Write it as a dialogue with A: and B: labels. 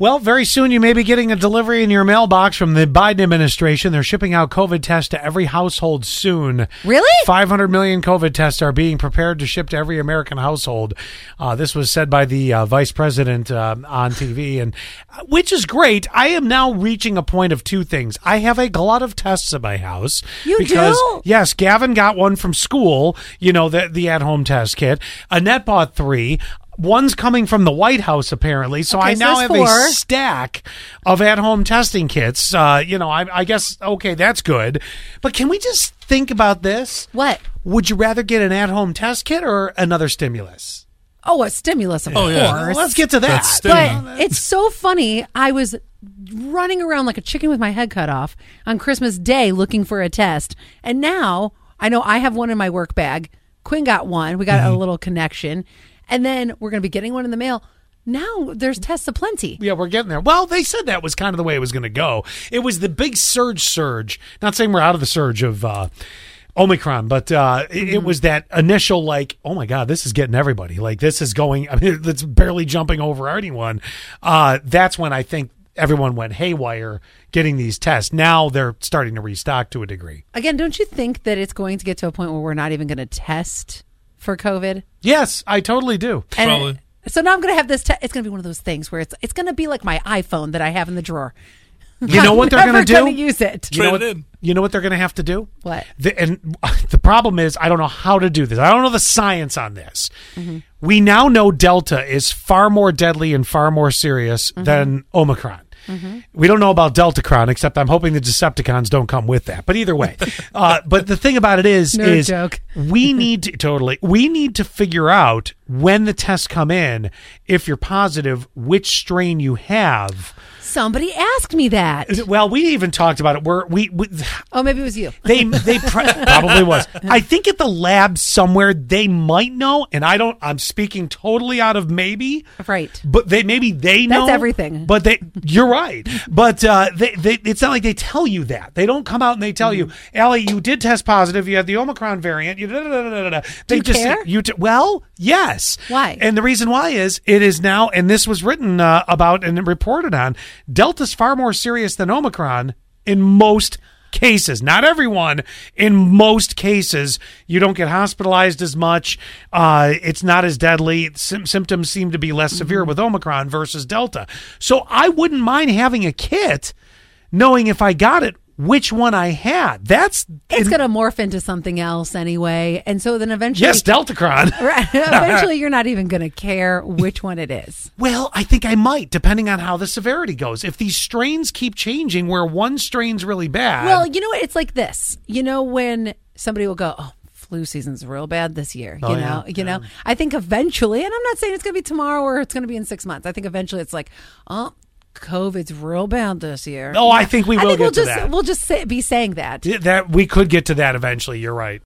A: Well, very soon you may be getting a delivery in your mailbox from the Biden administration. They're shipping out COVID tests to every household soon.
B: Really?
A: 500 million COVID tests are being prepared to ship to every American household. Uh, this was said by the uh, vice president uh, on TV, and uh, which is great. I am now reaching a point of two things. I have a glut of tests at my house.
B: You
A: because,
B: do?
A: Yes, Gavin got one from school. You know the the at home test kit. Annette bought three. One's coming from the White House apparently, so
B: Okay,
A: I
B: so
A: now have
B: that's
A: a
B: four.
A: stack of at-home testing kits. Uh, you know, I, I guess okay, that's good. But can we just think about this?
B: What?
A: Would you rather get an at-home test kit or another stimulus?
B: Oh, a stimulus, of
C: Oh, yeah.
B: course.
A: Let's get to that.
C: That's stim-
B: but it's so funny. I was running around like a chicken with my head cut off on Christmas Day looking for a test. And now I know I have one in my work bag. Quinn got one. We got
C: Mm-hmm.
B: a little connection. And then we're going to be getting one in the mail. Now there's tests aplenty.
A: yeah, we're getting there. Well, they said that was kind of the way it was going to go. It was the big surge, surge. Not saying we're out of the surge of uh, Omicron, but uh, it,
B: Mm-hmm.
A: it was that initial like, oh my god, this is getting everybody. Like this is going. I mean, it's barely jumping over anyone. Uh, that's when I think everyone went haywire getting these tests. Now they're starting to restock to a degree.
B: Again, don't you think that it's going to get to a point where we're not even going to test for COVID?
A: Yes, I totally do.
B: And
C: Probably.
B: So now I'm going to have this. Te- it's going to be one of those things where it's it's going to be like my iPhone that I have in the drawer.
A: You know what they're
B: I'm
A: going to
B: never
A: do?
B: gonna use it.
A: You know,
C: Trade it
A: what,
C: in.
A: you know what they're going to have to do?
B: What?
A: The, and the problem is, I don't know how to do this. I don't know the science on this.
B: Mm-hmm.
A: We now know Delta is far more deadly and far more serious
B: Mm-hmm.
A: than Omicron. We don't know about Deltacron, except I'm hoping the Decepticons don't come with that. But either way, uh, but the thing about it is,
B: No
A: is
B: joke.
A: we need to totally we need to figure out when the tests come in if you're positive which strain you have.
B: Somebody asked me that.
A: Well, we even talked about it. We're, we we
B: Oh, maybe it was you.
A: They they pr- probably was. I think at the lab somewhere they might know, and I don't. I'm speaking totally out of maybe.
B: Right.
A: But they maybe they know
B: That's everything.
A: But they, you're right. But uh, they, they, it's not like they tell you that. They don't come out and they tell you,
B: Mm-hmm.
A: Allie, you did test positive. You had the Omicron variant. You da, da, da, da, da, da. They
B: you
A: just
B: care?
A: you t- well, yes.
B: Why?
A: And the reason why is it is now, and this was written uh, about and reported on. Delta's far more serious than Omicron in most cases. Not everyone. In most cases, you don't get hospitalized as much. Uh, it's not as deadly. Sym- symptoms seem to be less severe
B: Mm-hmm.
A: with Omicron versus Delta. So I wouldn't mind having a kit, knowing if I got it, which one I had. That's
B: It's going to morph into something else anyway, and so then eventually,
A: yes, Deltacron.
B: Right. eventually, you're not even going to care which one it is.
A: Well, I think I might, depending on how the severity goes. If these strains keep changing, where one strain's really bad,
B: Well, you know what? It's like this. You know when somebody will go, "Oh, flu season's real bad this year." You
A: Oh, yeah.
B: know, you know. I think eventually, and I'm not saying it's going to be tomorrow or it's going to be in six months. I think eventually, it's like, "Oh, COVID's real bad this year."
A: Oh, I think we will
B: I think
A: get
B: we'll
A: to
B: just
A: that.
B: we'll just say, be saying that.
A: Yeah, that we could get to that eventually. You're right.